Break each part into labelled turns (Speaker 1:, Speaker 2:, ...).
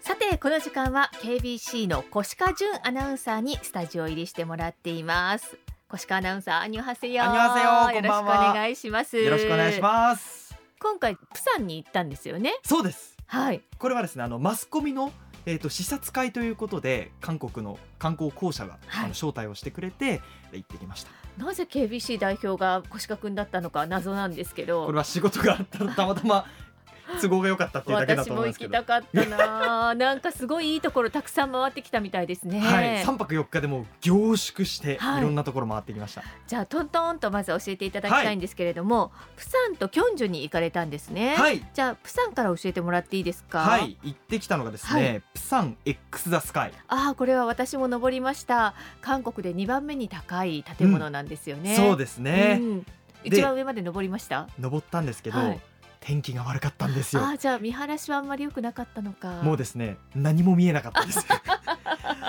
Speaker 1: さてこの時間は KBC の越川純アナウンサーにスタジオ入りしてもらっています越川アナウンサーアンニョンハセヨ
Speaker 2: アンニョンハセヨ
Speaker 1: よろしくお願いします
Speaker 2: よろしくお願いします。
Speaker 1: 今回プサンに行ったんですよね
Speaker 2: そうです。
Speaker 1: はい
Speaker 2: これはですね、あのマスコミのえっ、と視察会ということで韓国の観光公社が、
Speaker 1: はい
Speaker 2: あの招待をしてくれて行ってきました。
Speaker 1: なぜ KBC 代表が越川君だったのか謎なんですけ
Speaker 2: こ
Speaker 1: ど
Speaker 2: れは仕事があ ったたまたま都合が良かったっていうだけだ
Speaker 1: 私
Speaker 2: と思
Speaker 1: も
Speaker 2: い
Speaker 1: 行
Speaker 2: ますけ
Speaker 1: き
Speaker 2: ど
Speaker 1: た。かった ななんかすごいいいところたくさん回ってきたみたいですね、
Speaker 2: はい、三泊四日でもう凝縮して、
Speaker 1: はい
Speaker 2: い、ろんなところ回ってきました。
Speaker 1: じゃあトントンとまず教えていただきたいんですけれども、プサンとキョンジュに行かれたんですね、
Speaker 2: はい、
Speaker 1: じゃあプサンから教えてもらっていいですか
Speaker 2: はい、行ってきたのがですね、
Speaker 1: は
Speaker 2: プサン X ザスカイ、
Speaker 1: ああこれは私も登りました韓国で2番目に高い建物なんですよね、
Speaker 2: そうですね
Speaker 1: う、ん一番上まで登りました
Speaker 2: 登ったんですけど、
Speaker 1: はい
Speaker 2: 天気が悪かったんですよ。
Speaker 1: ああじゃあ見晴らしはあんまり良くなかったのか
Speaker 2: もうですね何も見えなかっ たです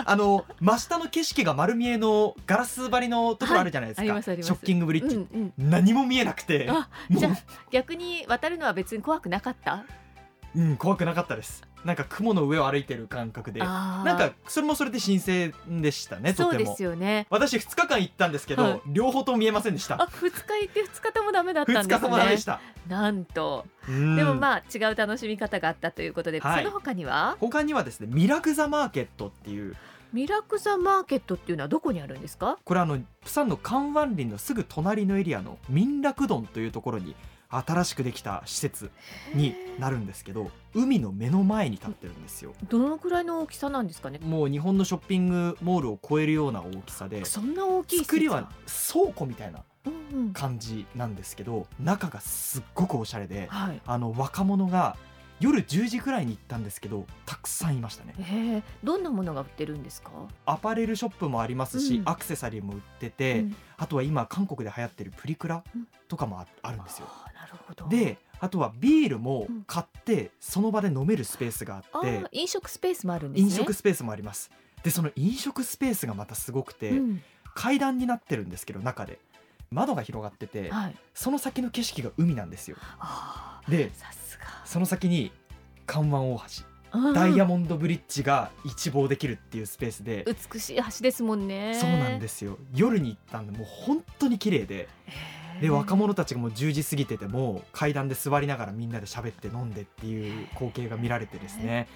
Speaker 2: あの真下の景色が丸見えのガラス張りのところあるじゃないです
Speaker 1: はいあり
Speaker 2: か、
Speaker 1: ますあります
Speaker 2: ショッキングブリッジ、
Speaker 1: うんうん
Speaker 2: 何も見えなくて
Speaker 1: あ
Speaker 2: も
Speaker 1: じゃあ逆に渡るのは別に怖くなかった
Speaker 2: う、うん、怖くなかったですなんか雲の上を歩いてる感覚でな
Speaker 1: あー
Speaker 2: んかそれもそれで新鮮でしたねと
Speaker 1: そう
Speaker 2: て
Speaker 1: で
Speaker 2: も
Speaker 1: すよね
Speaker 2: 私2日間行ったんですけど、
Speaker 1: はい
Speaker 2: 両方とも見えませんでし
Speaker 1: あ
Speaker 2: た
Speaker 1: 二日行って二日ともダメだっ
Speaker 2: 2
Speaker 1: た
Speaker 2: 日
Speaker 1: んです
Speaker 2: ともダメで
Speaker 1: ね
Speaker 2: した、
Speaker 1: なんと
Speaker 2: うん
Speaker 1: でもまあ違う楽しみ方があったということで、
Speaker 2: はい
Speaker 1: その他には
Speaker 2: 他にはですねミラクザマーケットっていう
Speaker 1: ミラクザマーケットっていうのはどこにあるんですか
Speaker 2: これあのプサンのカンワン林のすぐ隣のエリアの民楽洞というところに新しくできた施設になるんですけど海の目の前に立ってるんですよ
Speaker 1: どのくらいの大きさなんですかね
Speaker 2: もう日本のショッピングモールを超えるような大きさで
Speaker 1: そんな大きい施設
Speaker 2: 作りは倉庫みたいな
Speaker 1: うんうん
Speaker 2: 感じなんですけど中がすっごくおしゃれで
Speaker 1: はい
Speaker 2: あの若者が夜10時くらいに行ったんですけどたくさんいましたね
Speaker 1: えー、どんなものが売ってるんですか、
Speaker 2: アパレルショップもありますし、
Speaker 1: うん
Speaker 2: アクセサリーも売ってて、
Speaker 1: うん
Speaker 2: あとは今韓国で流行ってるプリクラとかもああるんですよ
Speaker 1: あーなるほど
Speaker 2: であとはビールも買ってその場で飲めるスペースがあ
Speaker 1: あ
Speaker 2: って、
Speaker 1: ー飲食スペースもあるんですね
Speaker 2: 飲食スペースもありますでその飲食スペースがまたすごくて、
Speaker 1: うん
Speaker 2: 階段になってるんですけど中で窓が広がってて
Speaker 1: はい、
Speaker 2: その先の景色が海なんですよ
Speaker 1: あ
Speaker 2: で
Speaker 1: ーさす
Speaker 2: その先に関湾大
Speaker 1: が、
Speaker 2: 橋
Speaker 1: うん
Speaker 2: ダイヤモンドブリッジが一望できるっていうスペースで、
Speaker 1: 美しい橋ですもんね、
Speaker 2: そうなんですすよ夜に行ったんでもう本当に綺麗で
Speaker 1: へー
Speaker 2: で若者たちがもう10時過ぎてても階段で座りながらみんなで喋って飲んでっていう光景が見られてですね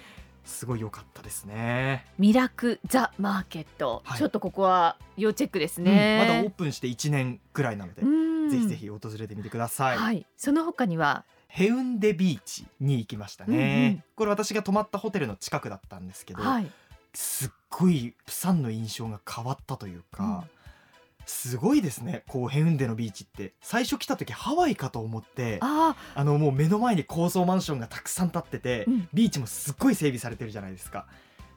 Speaker 2: すごい良かったですね
Speaker 1: ミラクザマーケット、
Speaker 2: はい
Speaker 1: ちょっとここは要チェックですね、
Speaker 2: うんまだオープンして1年くらいなので、
Speaker 1: うん
Speaker 2: ぜひぜひ訪れてみてくださ、
Speaker 1: はいい、その他には
Speaker 2: ヘウンデビーチに行きましたね、
Speaker 1: うんうん
Speaker 2: これ私が泊まったホテルの近くだったんですけど、
Speaker 1: はい
Speaker 2: すっごいプサンの印象が変わったというか、すごいですねこうヘウンデのビーチって最初来た時ハワイかと思って
Speaker 1: あ
Speaker 2: あのもう目の前に高層マンションがたくさん建ってて、
Speaker 1: うん
Speaker 2: ビーチもすっごい整備されてるじゃないですか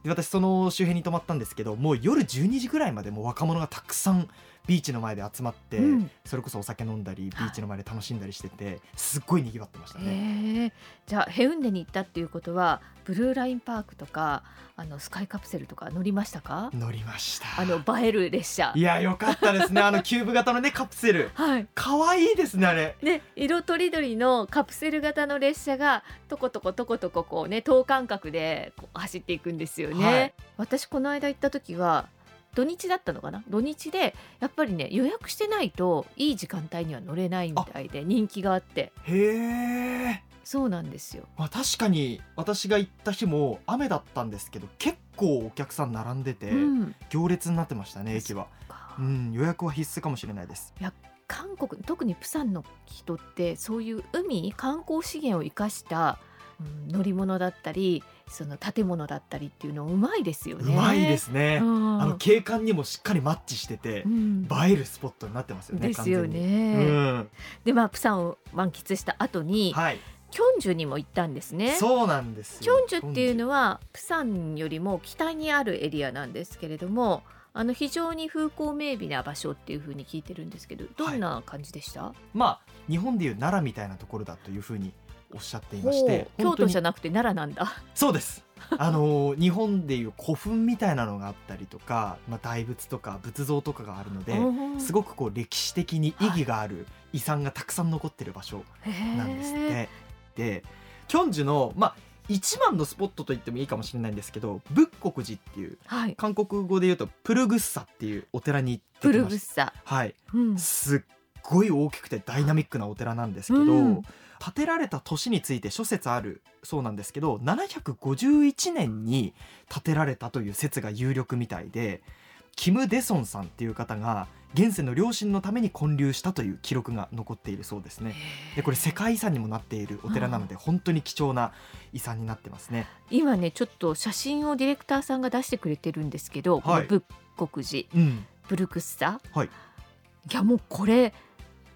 Speaker 2: で私その周辺に泊まったんですけどもう夜12時ぐらいまでもう若者がたくさんビーチの前で集まって、
Speaker 1: ー、うん
Speaker 2: それこそお酒飲んだりビーチの前で楽しんだりしててすっごい賑わってましたね、
Speaker 1: へえじゃあヘウンデに行ったっていうことはブルーラインパークとかあのスカイカプセルとか乗りましたか
Speaker 2: 乗りました
Speaker 1: あの映える列車
Speaker 2: いやよかったですねあのキューブ型のねカプセル
Speaker 1: はい
Speaker 2: 可愛いですねあれ
Speaker 1: ね、色とりどりのカプセル型の列車がとことことことここうね等間隔でこう走っていくんですよね、
Speaker 2: はい
Speaker 1: 私この間行った時は土日だったのかな土日でやっぱりね予約してないといい時間帯には乗れないみたいで人気があって
Speaker 2: へえ
Speaker 1: そうなんですよ
Speaker 2: まあ確かに私が行った日も雨だったんですけど結構お客さん並んでて、
Speaker 1: うん、
Speaker 2: 行列になってましたね駅はうん、予約は必須かもしれないです。
Speaker 1: 韓国特にプサンの人ってそういう海観光資源を生かした、うん乗り物だったりその建物だったりっていうのうまいですよ
Speaker 2: う
Speaker 1: ね。
Speaker 2: まいですね。
Speaker 1: うん
Speaker 2: あの景観にもしっかりマッチしてて、
Speaker 1: うん
Speaker 2: 映えるスポットになってますよね。
Speaker 1: ですよ
Speaker 2: 完
Speaker 1: ね。
Speaker 2: 全に。うん、
Speaker 1: でまあプサンを満喫した後に、
Speaker 2: はい、
Speaker 1: キョンジュにも行ったんですね。
Speaker 2: そうなんです
Speaker 1: キョ
Speaker 2: よ。
Speaker 1: ンジュっていうのはプサンよりも北にあるエリアなんですけれども。あの非常に風光明媚な場所っていうふうに聞いてるんですけどどんな感じでした、
Speaker 2: まあ日本でいう奈良みたいなところだというふうにおっしゃっていまし
Speaker 1: ほ
Speaker 2: て
Speaker 1: う、京都じゃ
Speaker 2: な
Speaker 1: なくて奈良なんだ。
Speaker 2: そ うです。あのー日本でいう古墳みたいなのがあったりとか、まあ大仏とか仏像とかがあるので、す
Speaker 1: ご
Speaker 2: ごくこう歴史的に意義がある遺産がたくさん残ってる場所
Speaker 1: い
Speaker 2: なんですって。でキョンジュの、まあ、一番のスポットと言ってもいいかもしれないんですけど仏国寺っていう
Speaker 1: はい。
Speaker 2: 韓国語で言うとプルグッサっていうお寺に行って
Speaker 1: プ
Speaker 2: き
Speaker 1: ル
Speaker 2: ま
Speaker 1: ブッ
Speaker 2: し
Speaker 1: サ。
Speaker 2: たはい
Speaker 1: うん。
Speaker 2: すっごい大きくてダイナミックなお寺なんですけど、
Speaker 1: うん
Speaker 2: 建てられた年について諸説あるそうなんですけど751年に建てられたという説が有力みたいでキム・デソンさんっていう方が現世の両親のために建立したという記録が残っているそうですね。でこれ世界遺産にもなっているお寺なので本当に貴重な遺産になってますね。
Speaker 1: 今ねちょっと写真をディレクターさんが出してくれてるんですけど、
Speaker 2: はい
Speaker 1: この仏国寺
Speaker 2: うん、
Speaker 1: ブルクッサ、
Speaker 2: はい
Speaker 1: やもうこれ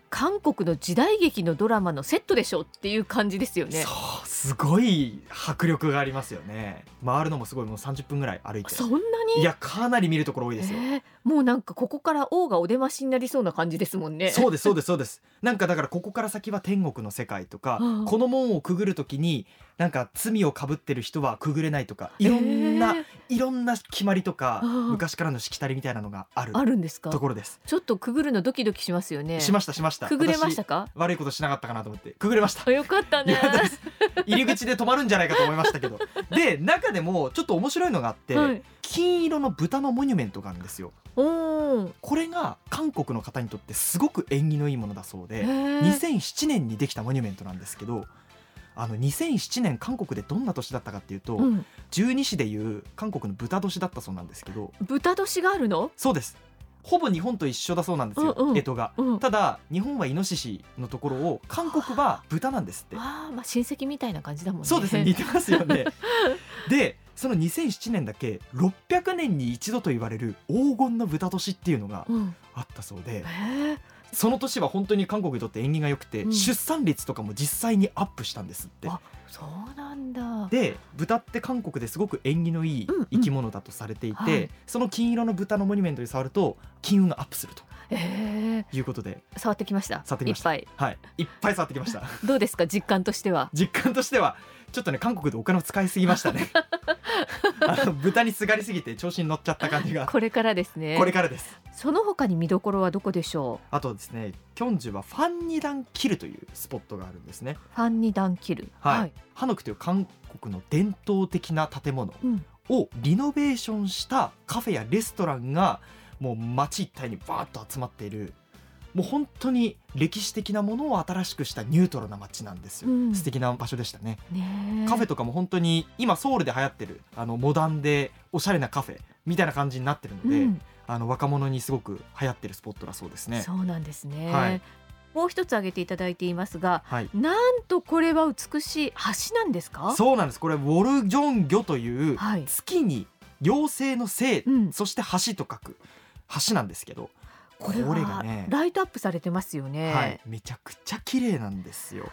Speaker 1: 韓国の時代劇のドラマのセットでしょっていう感じですよね。
Speaker 2: そうすごい迫力がありますよね。回るのもすごいもう30分ぐらい歩いて
Speaker 1: そんなに
Speaker 2: いやかなり見るところ多いですよ。
Speaker 1: えーもうなんかここから王がお出ましになりそうな感じですもんね。
Speaker 2: そうですそうですそうですなんかだからここから先は天国の世界とか、
Speaker 1: うん
Speaker 2: この門をくぐる時になんか罪をかぶってる人はくぐれないとかいろんな、
Speaker 1: えー
Speaker 2: いろんな決まりとか、
Speaker 1: うん
Speaker 2: 昔からのしきたりみたいなのがある
Speaker 1: あるんですか
Speaker 2: と。ころです、
Speaker 1: ちょっとくぐるのドキドキしますよね。
Speaker 2: しましたしました
Speaker 1: くぐれました
Speaker 2: 私
Speaker 1: か。
Speaker 2: 悪いことしなかったかなと思ってくぐれました
Speaker 1: あよかった
Speaker 2: い
Speaker 1: ね
Speaker 2: や。だ入り口で止まるんじゃないかと思いました けどで中でもちょっと面白いのがあって、
Speaker 1: はい。
Speaker 2: 金色の豚のモニュメントがあるんですよ
Speaker 1: おお。
Speaker 2: これが韓国の方にとってすごく縁起のいいものだそうで、
Speaker 1: へー
Speaker 2: 2007年にできたモニュメントなんですけどあの2007年韓国でどんな年だったかっていうと、
Speaker 1: うん。
Speaker 2: 十二支でいう韓国の豚年だったそうなんですけど
Speaker 1: 豚年があるの？
Speaker 2: そうですほぼ日本と一緒だそうなんですよ、
Speaker 1: うんうん
Speaker 2: 干支が。
Speaker 1: うん。
Speaker 2: ただ日本はイノシシのところを韓国は豚なんですって
Speaker 1: ああまあ親戚みたいな感じだもんね。
Speaker 2: そ うですね似てますよねでその2007年だけ600年に一度と言われる黄金の豚年っていうのが
Speaker 1: うん。
Speaker 2: あったそうで
Speaker 1: へえ。
Speaker 2: その年は本当に韓国にとって縁起が良くて、
Speaker 1: うん
Speaker 2: 出産率とかも実際にアップしたんですって
Speaker 1: あそうなんだ。
Speaker 2: で豚って韓国ですごく縁起のいい
Speaker 1: うんうん
Speaker 2: 生き物だとされていて、
Speaker 1: はい
Speaker 2: その金色の豚のモニュメントに触ると金運がアップすると
Speaker 1: ええ
Speaker 2: いうことで、
Speaker 1: 触ってきました。
Speaker 2: 触ってきました
Speaker 1: いっ
Speaker 2: はい、いっぱい触ってきま した
Speaker 1: ぱい。どうですか実感としては。
Speaker 2: 実感としてはちょっとね韓国でお金を使いすぎまし たねあの豚にすがりすぎて調子に乗っちゃった感じが
Speaker 1: これからですね。
Speaker 2: これからです
Speaker 1: その他に見どころはどこでしょ
Speaker 2: あとですねキョンジュはファンニダンキルというスポットがあるんですね
Speaker 1: う。ファンにダンキル。
Speaker 2: はい、ハノクという韓国の伝統的な建物
Speaker 1: うん。
Speaker 2: をリノベーションしたカフェやレストランがもう街一帯にバーッと集まっているもう本当に歴史的なものを新しくしたニュートラルな街なんですよ、
Speaker 1: うん
Speaker 2: 素敵な場所でしたね
Speaker 1: ねえ。
Speaker 2: カフェとかも本当に今ソウルで流行ってるあのモダンでおしゃれなカフェみたいな感じになってるので、
Speaker 1: うん。
Speaker 2: あの若者にすごく流行ってるスポットだそうですね
Speaker 1: そうなんですね。
Speaker 2: はい
Speaker 1: もう一つ挙げていただいていますが、
Speaker 2: はい
Speaker 1: なんとこれは美しい橋なんですか？
Speaker 2: そうなんですこれウォルジョン魚という
Speaker 1: はい。
Speaker 2: 月に妖精の精、
Speaker 1: うん
Speaker 2: そして橋と書く橋なんですけど
Speaker 1: これ
Speaker 2: これが
Speaker 1: は
Speaker 2: ね
Speaker 1: ライトアップされてますよね。
Speaker 2: はい、めちゃくちゃ綺麗なんですよ。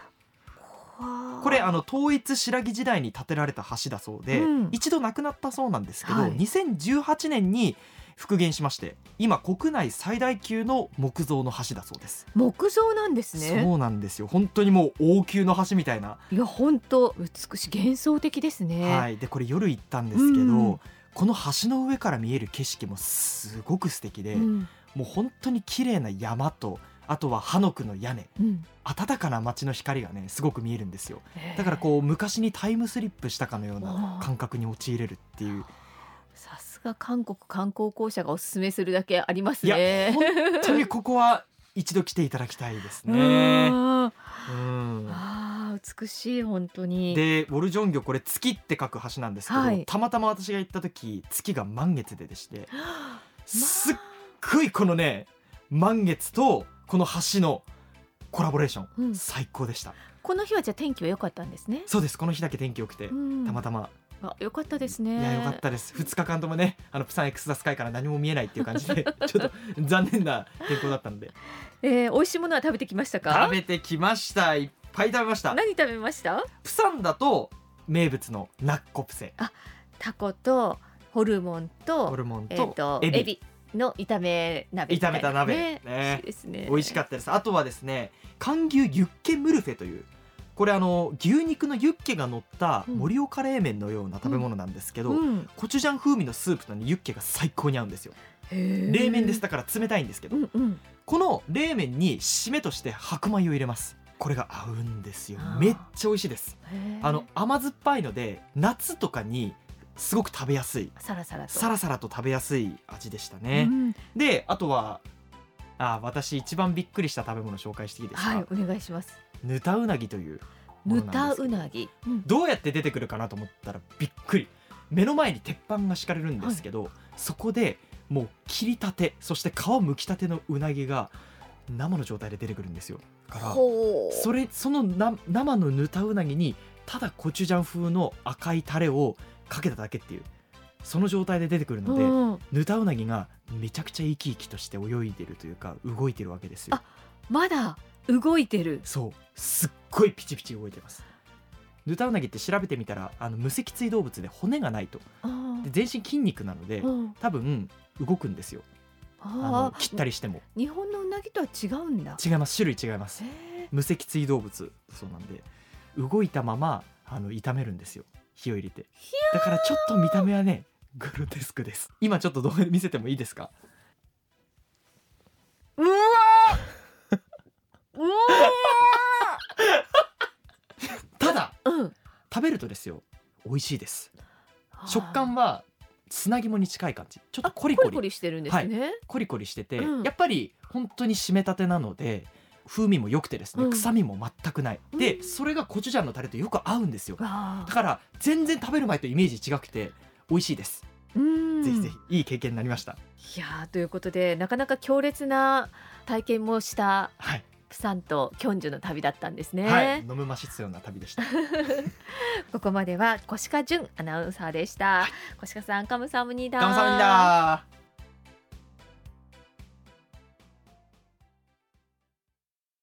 Speaker 1: わあ
Speaker 2: これあの統一白木時代に建てられた橋だそうで、
Speaker 1: うん
Speaker 2: 一度なくなったそうなんですけど、
Speaker 1: はい
Speaker 2: 2018年に復元しまして今国内最大級の木造の橋だそうです。
Speaker 1: 木造なんですね。
Speaker 2: そうなんですよ本当にもう王宮の橋みたいな、
Speaker 1: いや本当美しい幻想的ですね。
Speaker 2: はい、でこれ夜行ったんですけど、
Speaker 1: うん
Speaker 2: この橋の上から見える景色もすごく素敵で、
Speaker 1: うん
Speaker 2: もう本当に綺麗な山とあとはハノクの屋根
Speaker 1: うん
Speaker 2: 暖かな街の光がねすごく見えるんですよ。だからこう昔にタイムスリップしたかのような感覚に陥れるっ ていう
Speaker 1: さすが韓国観光公社がおすすめするだけあります
Speaker 2: いや
Speaker 1: ね。
Speaker 2: 本当にここは一度来ていただきたいで す
Speaker 1: う
Speaker 2: ね。
Speaker 1: んあ
Speaker 2: うん
Speaker 1: あ美しい本当に。
Speaker 2: でウォルジョン魚これ月って書く橋なんですけど、
Speaker 1: はい
Speaker 2: たまたま私が行った時月が満月ででして
Speaker 1: はあ
Speaker 2: すっごいこのね満月とこの橋のコラボレーション、
Speaker 1: うん
Speaker 2: 最高でした
Speaker 1: この日はじゃあ天気は良かったんですね。
Speaker 2: そうですこの日だけ天気良くて、
Speaker 1: うん
Speaker 2: たまたま
Speaker 1: あ良かったですね。
Speaker 2: いや良かったです2日間ともねあのプサンエクスザスカイから何も見えないっていう感じ でちょっと残念な天候だったので
Speaker 1: えー美味しいものは食べてきましたか？
Speaker 2: 食べてきましたいっぱい食べました
Speaker 1: 何食べました？
Speaker 2: プサンだと名物のナッコプセ
Speaker 1: タコとホルモン
Speaker 2: ホ
Speaker 1: と
Speaker 2: ルモン
Speaker 1: えっと
Speaker 2: とエ
Speaker 1: エ
Speaker 2: ビ,、
Speaker 1: ビの炒め鍋みいな
Speaker 2: 炒めた鍋
Speaker 1: ね
Speaker 2: ね
Speaker 1: 美味しいですね。
Speaker 2: 美味しかったですあとはですね韓牛ユッケムルフェというこれあの牛肉のユッケが乗った
Speaker 1: うん
Speaker 2: 盛岡冷麺のような食べ物なんですけど、
Speaker 1: うん、
Speaker 2: コチュジャン風味のスープと、ね、ユッケが最高に合うんですよ
Speaker 1: 冷
Speaker 2: 冷麺です。だから冷たいんですけど、
Speaker 1: うんうん。
Speaker 2: この冷麺に締めとして白米を入れますこれが合うんですよ
Speaker 1: あー
Speaker 2: めっちゃ美味しいです
Speaker 1: へー
Speaker 2: あの甘酸っぱいので夏とかにすごく食べやすい
Speaker 1: サラサラと
Speaker 2: サラサラと食べやすい味でしたね
Speaker 1: う、ん
Speaker 2: であとはあ私一番びっくりした食べ物紹介していいですか、
Speaker 1: はいお願いします
Speaker 2: ぬたうなぎというもの
Speaker 1: ぬ
Speaker 2: なん
Speaker 1: た
Speaker 2: ですけど
Speaker 1: うなぎ、うん
Speaker 2: どうやって出てくるかなと思ったらびっくり目の前に鉄板が敷かれるんですけど、そこでもう切りたてそして皮むきたてのうなぎが生の状態で出てくるんですよだから
Speaker 1: ほう
Speaker 2: それそのな生のぬたうなぎにただコチュジャン風の赤いタレをかけただけっていうその状態で出てくるので、
Speaker 1: うん
Speaker 2: ぬたうなぎがめちゃくちゃ生き生きとして泳いでるというか動いてるわけですよ
Speaker 1: あまだ動いてる
Speaker 2: そうすっごいピチピチ動いてますヌタウナギって調べてみたらあの無脊椎動物で骨がないと
Speaker 1: あー
Speaker 2: で全身筋肉なので
Speaker 1: うん
Speaker 2: 多分動くんですよあの
Speaker 1: あ
Speaker 2: 切った
Speaker 1: り
Speaker 2: りしても
Speaker 1: 日本のうなぎとは違うんだ
Speaker 2: 違います種類違います
Speaker 1: へ
Speaker 2: 無脊椎動物そうなんで動いたままあの炒めるんですよ火を入れて
Speaker 1: ひ
Speaker 2: だからちょっと見た目はねグロテスクです今ちょっと動画で見せてもいいですか
Speaker 1: ーうわーうわ
Speaker 2: ただ
Speaker 1: ー うん
Speaker 2: 食べるとですよ美味しいです 食感は砂肝に近い感じちょっとコリ
Speaker 1: コ
Speaker 2: コ
Speaker 1: リ
Speaker 2: リ
Speaker 1: コリしてるんですね、
Speaker 2: コリコリしてて、
Speaker 1: うん
Speaker 2: やっぱり本当に締めたてなので風味も良くてですね、
Speaker 1: うん
Speaker 2: 臭みも全くない、
Speaker 1: うん
Speaker 2: でそれがコチュジャンのタレとよく合うんですよだ
Speaker 1: わあ
Speaker 2: から全然食べる前とイメージ違くて美味しいです、
Speaker 1: うん
Speaker 2: ぜひぜひいい経験になりました
Speaker 1: いやーということでなかなか強烈な体験もした
Speaker 2: はい、
Speaker 1: プサンとキョンジュの旅だったんですね、
Speaker 2: はい、飲むましつような旅でした
Speaker 1: ここまでは小鹿純アナウンサーでした小鹿さんカムサムニダ
Speaker 2: ガムサムニダー